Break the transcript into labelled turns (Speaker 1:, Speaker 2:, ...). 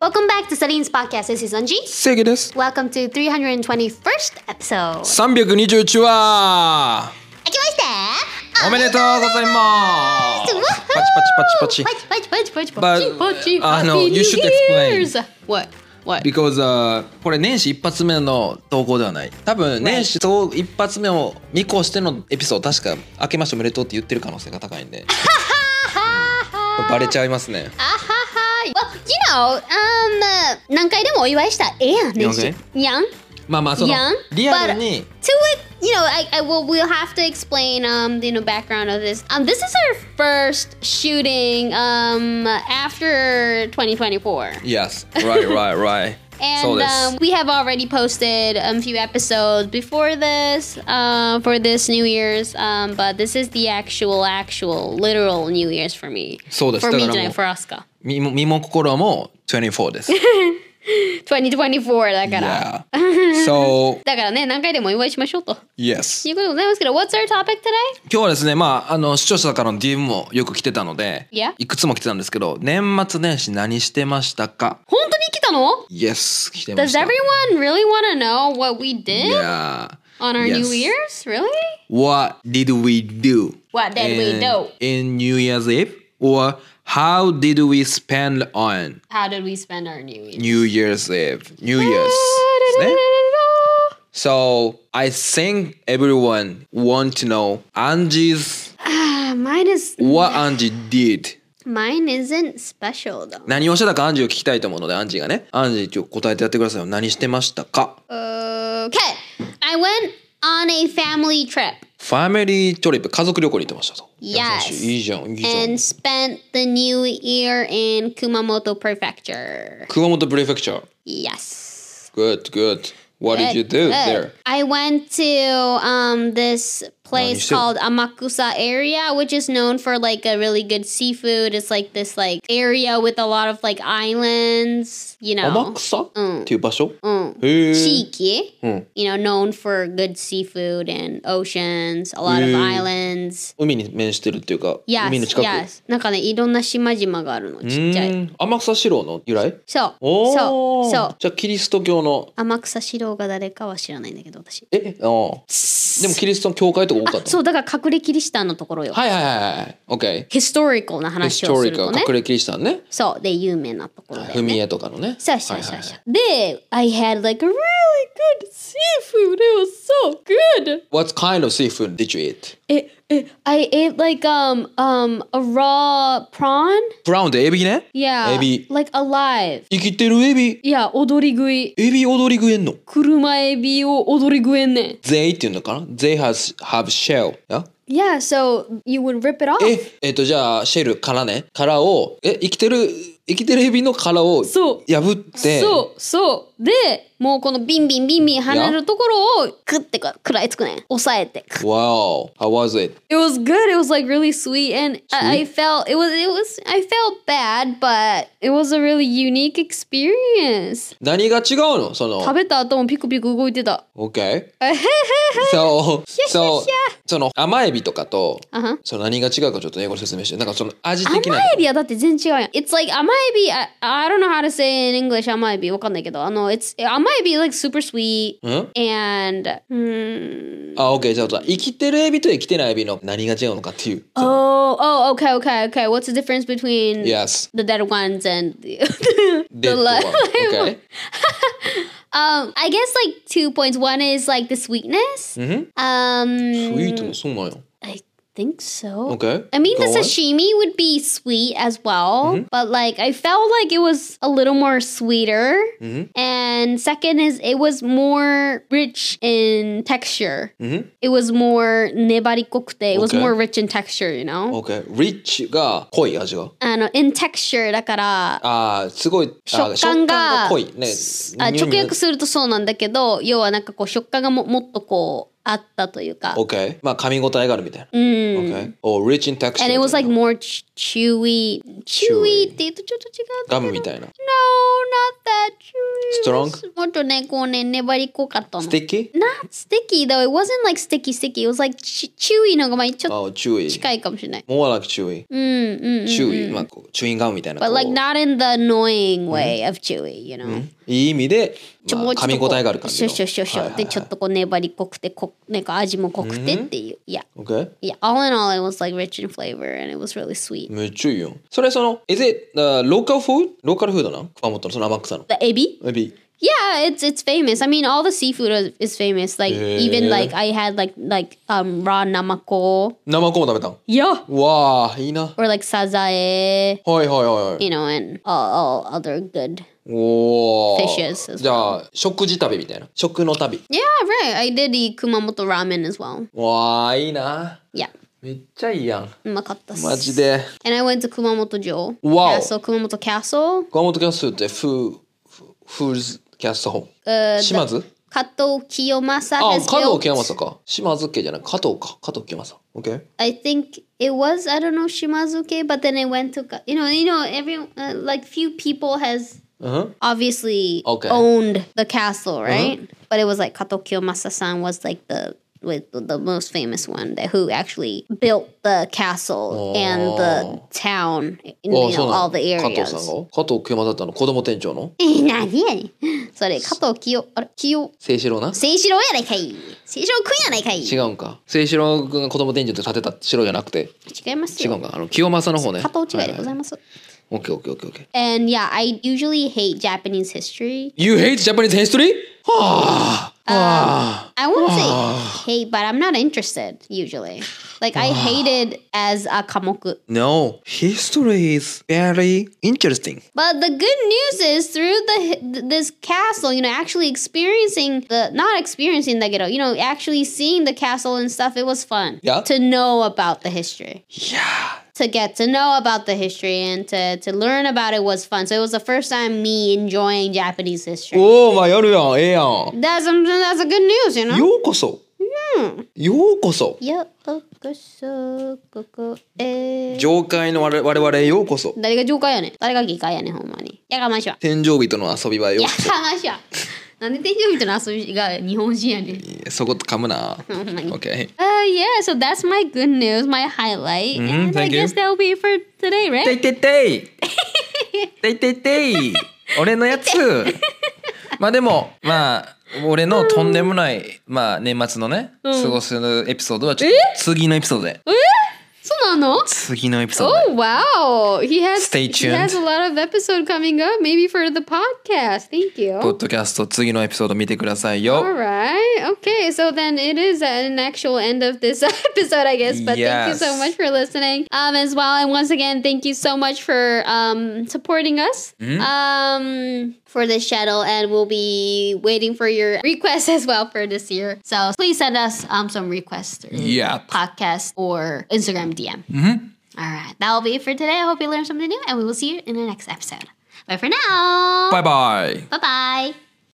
Speaker 1: Welcome back to Celine's podcast. This is Unji.
Speaker 2: 正義です。
Speaker 1: Welcome to 321st episode.
Speaker 2: 321
Speaker 1: あ
Speaker 2: 話
Speaker 1: きまして
Speaker 2: おめでとうございます
Speaker 1: わっほー
Speaker 2: パチパチパチパチ。
Speaker 1: パチパチパチパチ
Speaker 2: But-
Speaker 1: パチ
Speaker 2: あの
Speaker 1: Happy
Speaker 2: you should
Speaker 1: New
Speaker 2: explain.
Speaker 1: Year's. What? What?
Speaker 2: Because、uh, これ年始一発目の投稿ではない。多分年始そう一発目を見越してのエピソード確か明けましておめでとうって言ってる可能性が高いんで
Speaker 1: Ah,
Speaker 2: バレちゃいますね。
Speaker 1: あはは Ah, Well, you know, um, 何回でもお祝いしたらええやん、年始
Speaker 2: Okay.。
Speaker 1: やん
Speaker 2: まあまあその
Speaker 1: Yeah,
Speaker 2: リアル
Speaker 1: to it,
Speaker 2: に
Speaker 1: you know, I, I will we'll have to explain um the you know, background of this. Um, this is our first shooting um after 2024,
Speaker 2: Yes, right, right, right. そ
Speaker 1: and
Speaker 2: うです。
Speaker 1: um, we have already posted um, a few episodes before this um for this New Year's. Um, but this is the actual, actual, literal New Year's for me.
Speaker 2: そうです。
Speaker 1: For
Speaker 2: だか
Speaker 1: me tonight,
Speaker 2: らも
Speaker 1: for Oscar.
Speaker 2: う身も身も心も24です。
Speaker 1: 2024だから。
Speaker 2: yeah. So
Speaker 1: だからね、何回でもお祝いしましょうと
Speaker 2: yes.
Speaker 1: いうことでございますけど、What's our topic today?
Speaker 2: 今日はですね、まあ、あの視聴者からの DM もよく来てたので、
Speaker 1: Yeah.
Speaker 2: いくつも来てたんですけど年末年始何してましたか
Speaker 1: 本当に来たの
Speaker 2: ?Yes 来てま
Speaker 1: Does
Speaker 2: した。
Speaker 1: everyone really want to know what we did
Speaker 2: yeah.
Speaker 1: on our
Speaker 2: Yes.
Speaker 1: New Year's? Really?
Speaker 2: What did we do?
Speaker 1: What did we
Speaker 2: in-
Speaker 1: do?
Speaker 2: In New Year's Eve? Or how did we spend on
Speaker 1: How did we spend our New Year?
Speaker 2: New Year's Eve? New Year's. ですね So I think everyone want to know Angie's
Speaker 1: Ah, mine is
Speaker 2: what Angie did.
Speaker 1: mine isn't special though.
Speaker 2: 何をしてたかアンジーを聞きたいと思うのでアンジーがねアンジーちょっと答えてやってくださいよ何してましたか
Speaker 1: Okay, I went on a family trip
Speaker 2: ファミリートリップ家族旅行に行ってましたと
Speaker 1: Yes.
Speaker 2: 優しいいいじゃんいいじゃん
Speaker 1: and spent the New Year in Kumamoto Prefecture.
Speaker 2: 熊本プレフェクチャー
Speaker 1: Yes.
Speaker 2: Good good What did you
Speaker 1: Good, good.
Speaker 2: do there?
Speaker 1: I went to um this place
Speaker 2: Nice.
Speaker 1: called Amakusa area, which is known for like a really good seafood. It's like this like area with a lot of like islands, you
Speaker 2: 天
Speaker 1: know.
Speaker 2: 草っ
Speaker 1: うん
Speaker 2: ていう場所
Speaker 1: Mm.
Speaker 2: へえ
Speaker 1: Shiki,
Speaker 2: Mm.
Speaker 1: you know, known for good seafood and oceans, a lot of
Speaker 2: Mm.
Speaker 1: islands.
Speaker 2: 海に面してるっていうか
Speaker 1: Yes,
Speaker 2: 海の近く
Speaker 1: yes. なんかね、いろんな島々があるの、
Speaker 2: う
Speaker 1: ちっちゃい。
Speaker 2: ーん天草四郎の由来
Speaker 1: そう、
Speaker 2: お
Speaker 1: そう、そ
Speaker 2: お
Speaker 1: う。
Speaker 2: じゃあキリスト教の
Speaker 1: 天草四郎が誰かは知らないんだけど、私。
Speaker 2: えああでもキリストの教会とか多かっ
Speaker 1: あ、
Speaker 2: た
Speaker 1: そ
Speaker 2: の
Speaker 1: う、だから隠れキリシタンのところよ。
Speaker 2: はいはいはいはい OK
Speaker 1: ヒストリコルな
Speaker 2: ヒ
Speaker 1: 話
Speaker 2: スト
Speaker 1: をす
Speaker 2: リ
Speaker 1: る
Speaker 2: カ
Speaker 1: とね
Speaker 2: 隠。れキリシタンね
Speaker 1: そうで有名なところだよ
Speaker 2: 踏み
Speaker 1: ね。
Speaker 2: 絵とかのね。
Speaker 1: そうそう
Speaker 2: はい
Speaker 1: そ
Speaker 2: は
Speaker 1: う
Speaker 2: いはい
Speaker 1: そう。で、I had like a really good seafood. It was so good.
Speaker 2: What kind of seafood did you eat?
Speaker 1: It, it, I ate like um um a raw prawn.
Speaker 2: ブラウンでエビね。
Speaker 1: Yeah.
Speaker 2: エビ
Speaker 1: Like alive.
Speaker 2: 生きてるエビ。
Speaker 1: Yeah. 踊り食い。
Speaker 2: エビ踊り食えんの。
Speaker 1: 車エビを踊り食えんねん。
Speaker 2: They っていうのかな ?They has, have shell. や
Speaker 1: Yeah. So you would rip it off.
Speaker 2: え、えっとじゃあシェル殻ね。殻を、え、生きてる、生きてるエビの殻を
Speaker 1: そう
Speaker 2: 破って。
Speaker 1: そうそうでもうこのビンビンビンビン跳ねるところをクッてか食らいつくねん押さえて
Speaker 2: Wow, how was it?
Speaker 1: It was good. It was like really sweet, and I, I felt it was it was I felt bad, but it was a really unique experience.
Speaker 2: 何が違うのその
Speaker 1: 食。べた後もピクピク動いて た。
Speaker 2: OK?
Speaker 1: Uh-huh.
Speaker 2: so, so, その甘エビとかと、
Speaker 1: あはん
Speaker 2: その何が違うかちょっと英語で説明して。なんかその味
Speaker 1: 甘
Speaker 2: 的な。
Speaker 1: エビはだって全然違うやん。It's like 甘エビ、I, I don't know how to say in English 甘エビわかんないけど、あの、it's 甘エビ is like super sweet
Speaker 2: うん
Speaker 1: and hmm, うーん。
Speaker 2: あ、OK。じゃあ、生きてるエビと生きてないエビの何が違うのかっていう。
Speaker 1: Oh, oh, okay, okay, okay. What's the difference between
Speaker 2: Yes.
Speaker 1: the dead ones and the, the
Speaker 2: Dead
Speaker 1: live
Speaker 2: one. Okay.
Speaker 1: Um, I guess like two points. One is like the sweetness.
Speaker 2: Mm-hmm.
Speaker 1: Um,
Speaker 2: スイートもそうなんよ。
Speaker 1: I think so.
Speaker 2: Okay.
Speaker 1: I mean, the
Speaker 2: Go on. Mm-hmm.
Speaker 1: sashimi would be sweet as well, but like I felt like it was a little more sweeter.
Speaker 2: Mm-hmm.
Speaker 1: And second is it was more rich in texture. It was more nebarikokute. It was more
Speaker 2: Mm-hmm. Okay. Oh.
Speaker 1: rich in texture, you know?
Speaker 2: Okay. Rich が濃い味が。
Speaker 1: And uh, in texture, だから、
Speaker 2: ああ、すごい。あー
Speaker 1: 食感が
Speaker 2: 食濃い。ね。
Speaker 1: あ
Speaker 2: ニュニュ
Speaker 1: 直訳するとそうなんだけど要はなんかこう食感がももっとこうあったというか、
Speaker 2: Okay. まあ、噛み応えがあるみたいな。
Speaker 1: うん
Speaker 2: Okay. Oh, rich in texture.
Speaker 1: and it was like more ch- chewy chewy
Speaker 2: Chewy.
Speaker 1: って言うとちょっと違う
Speaker 2: ガ
Speaker 1: ん
Speaker 2: ム
Speaker 1: だ
Speaker 2: み
Speaker 1: けど
Speaker 2: たいな。
Speaker 1: No not that
Speaker 2: strong,
Speaker 1: もっとね、こうね、粘りっこかったの。
Speaker 2: sticky.
Speaker 1: Not sticky though. It wasn't like sticky sticky. It was like ch- chewy のがまあちょっと
Speaker 2: Oh, chewy.
Speaker 1: 近いかもしれない。
Speaker 2: More like chewy.
Speaker 1: うんうんうんうん。
Speaker 2: chewy. まあこうチューインガムみたいな。
Speaker 1: But
Speaker 2: こう
Speaker 1: like not in the annoying
Speaker 2: Mm-hmm.
Speaker 1: way of chewy, you know.
Speaker 2: いい意味で、まあ、
Speaker 1: もうちょっ
Speaker 2: 噛み
Speaker 1: とこう
Speaker 2: 応えがある感じ
Speaker 1: シュ
Speaker 2: の。
Speaker 1: ッシュッシュッシュッ
Speaker 2: はいはい
Speaker 1: でちょっとこう粘り濃くてこなんか味も濃くて
Speaker 2: Mm-hmm.
Speaker 1: っていう。いや、
Speaker 2: Okay.
Speaker 1: いや、all in all it was like rich in flavor and it was really sweet.
Speaker 2: めっちゃいいよ。それその、is it、uh, local food? ローカルフードなん熊本のその甘草の。
Speaker 1: The エビ
Speaker 2: エビ。
Speaker 1: Yeah, it's it's famous. I mean, all the seafood is, is famous. Like even
Speaker 2: Yeah.
Speaker 1: like I had like like um raw namako.
Speaker 2: 生子も食べたん
Speaker 1: Yeah.
Speaker 2: わあ、いいな。はい
Speaker 1: Or like sazae,
Speaker 2: はいはいはい。
Speaker 1: you know, and all, all other good.
Speaker 2: おー
Speaker 1: Fishes as well.
Speaker 2: じゃあ、食事旅みたいな。食の旅。
Speaker 1: Yeah, right. I did eat Kumamoto ramen as well.
Speaker 2: わあ、いいな。
Speaker 1: Yeah.
Speaker 2: めっちゃいいやん。
Speaker 1: うまかったっす。
Speaker 2: マジで。
Speaker 1: And I went to Kumamoto-jo.
Speaker 2: Wow.
Speaker 1: Castle, Kumamoto Castle.
Speaker 2: 熊本キャストってフー、フーズキャストホー
Speaker 1: Uh,
Speaker 2: ム。島津
Speaker 1: Kato Kiyomasa
Speaker 2: あ、加
Speaker 1: has
Speaker 2: 藤
Speaker 1: built.
Speaker 2: 清正か。島津家じゃない。加藤か。加藤清正。OK?
Speaker 1: I think it was I don't know Shimazuke, but then it went to Ka- you know you know every uh, like few people has
Speaker 2: うん
Speaker 1: obviously
Speaker 2: Okay.
Speaker 1: owned the castle, right? But it was like Kato Kiyomasa-san was like the with the- the most famous one that who actually built the castle and the town in
Speaker 2: あ
Speaker 1: you know, all the
Speaker 2: 加藤
Speaker 1: areas.
Speaker 2: さんが加藤清正ってあの子供店長の
Speaker 1: え、なにやねん。それ、加藤清、あれ、清、
Speaker 2: 清志郎な
Speaker 1: 清志郎やないかい。清志郎くんやないかい。
Speaker 2: 違うんか清志郎君が子供店長って建てた城じゃなくて
Speaker 1: 違います
Speaker 2: 違う
Speaker 1: よ。
Speaker 2: んかあの清正の方ね
Speaker 1: 加藤違いでござい
Speaker 2: ま
Speaker 1: ます。
Speaker 2: すオッケーオッケーオッケーオッケー
Speaker 1: And yeah, I usually hate Japanese history.
Speaker 2: You hate Japanese history? はあはあ
Speaker 1: I won't say hate, but I'm not interested usually. Like I hated as a kamoku.
Speaker 2: No, history is very interesting.
Speaker 1: But the good news is through the this castle, you know, actually experiencing the not experiencing the ghetto, you know, actually seeing the castle and stuff, it was fun.
Speaker 2: Yeah.
Speaker 1: To know about the history.
Speaker 2: いや
Speaker 1: to get to know about the history and to, to learn about it was fun. So it was the first time me enjoying Japanese
Speaker 2: ー
Speaker 1: history.
Speaker 2: おお、まあやるやん、ええやん。
Speaker 1: That's some that's a good news, you know. Hmm.
Speaker 2: ようこそ。ようこそ。
Speaker 1: ようこそここへ
Speaker 2: 上界の我々我々へようこそ。
Speaker 1: 誰が上官やねん誰が議会やねんほんまにやかましわ
Speaker 2: 天井人の遊び場へよう
Speaker 1: や
Speaker 2: こそ
Speaker 1: かましわ なんで天井人の遊びが日本人やねん。
Speaker 2: いやそこ噛むな。
Speaker 1: ほんまに
Speaker 2: OK。
Speaker 1: Uh, yeah, so that's my good news, my highlight.
Speaker 2: Mhm,
Speaker 1: and I
Speaker 2: thank you.
Speaker 1: guess that'll be it for today, right?
Speaker 2: ていていていていていてい俺のや つまあでもまあ俺のとんでもない、まあ、年末のね、過ごすエピソードはちょっと次のエピソードで
Speaker 1: そうなの
Speaker 2: 次のエピソードで
Speaker 1: Oh wow! He has
Speaker 2: Stay
Speaker 1: He has a
Speaker 2: tuned.
Speaker 1: lot of episode coming up, maybe for the podcast. Thank you.
Speaker 2: ポッドキャスト次のエピソード見てください
Speaker 1: All
Speaker 2: よ
Speaker 1: right. Okay. So then it is an actual end of this episode, I guess. But thank you so
Speaker 2: Yes.
Speaker 1: much for listening. Um, as well, and once again, thank you so much for um supporting us. Um, for this channel, and we'll be waiting for your requests as well for this year. So please send us um some requests. through
Speaker 2: Yep.
Speaker 1: Podcast or Instagram DM. All right. That will be it for today. I hope you learned something new, and we will see you in the next episode. Bye for now.
Speaker 2: バイバイ
Speaker 1: Bye bye.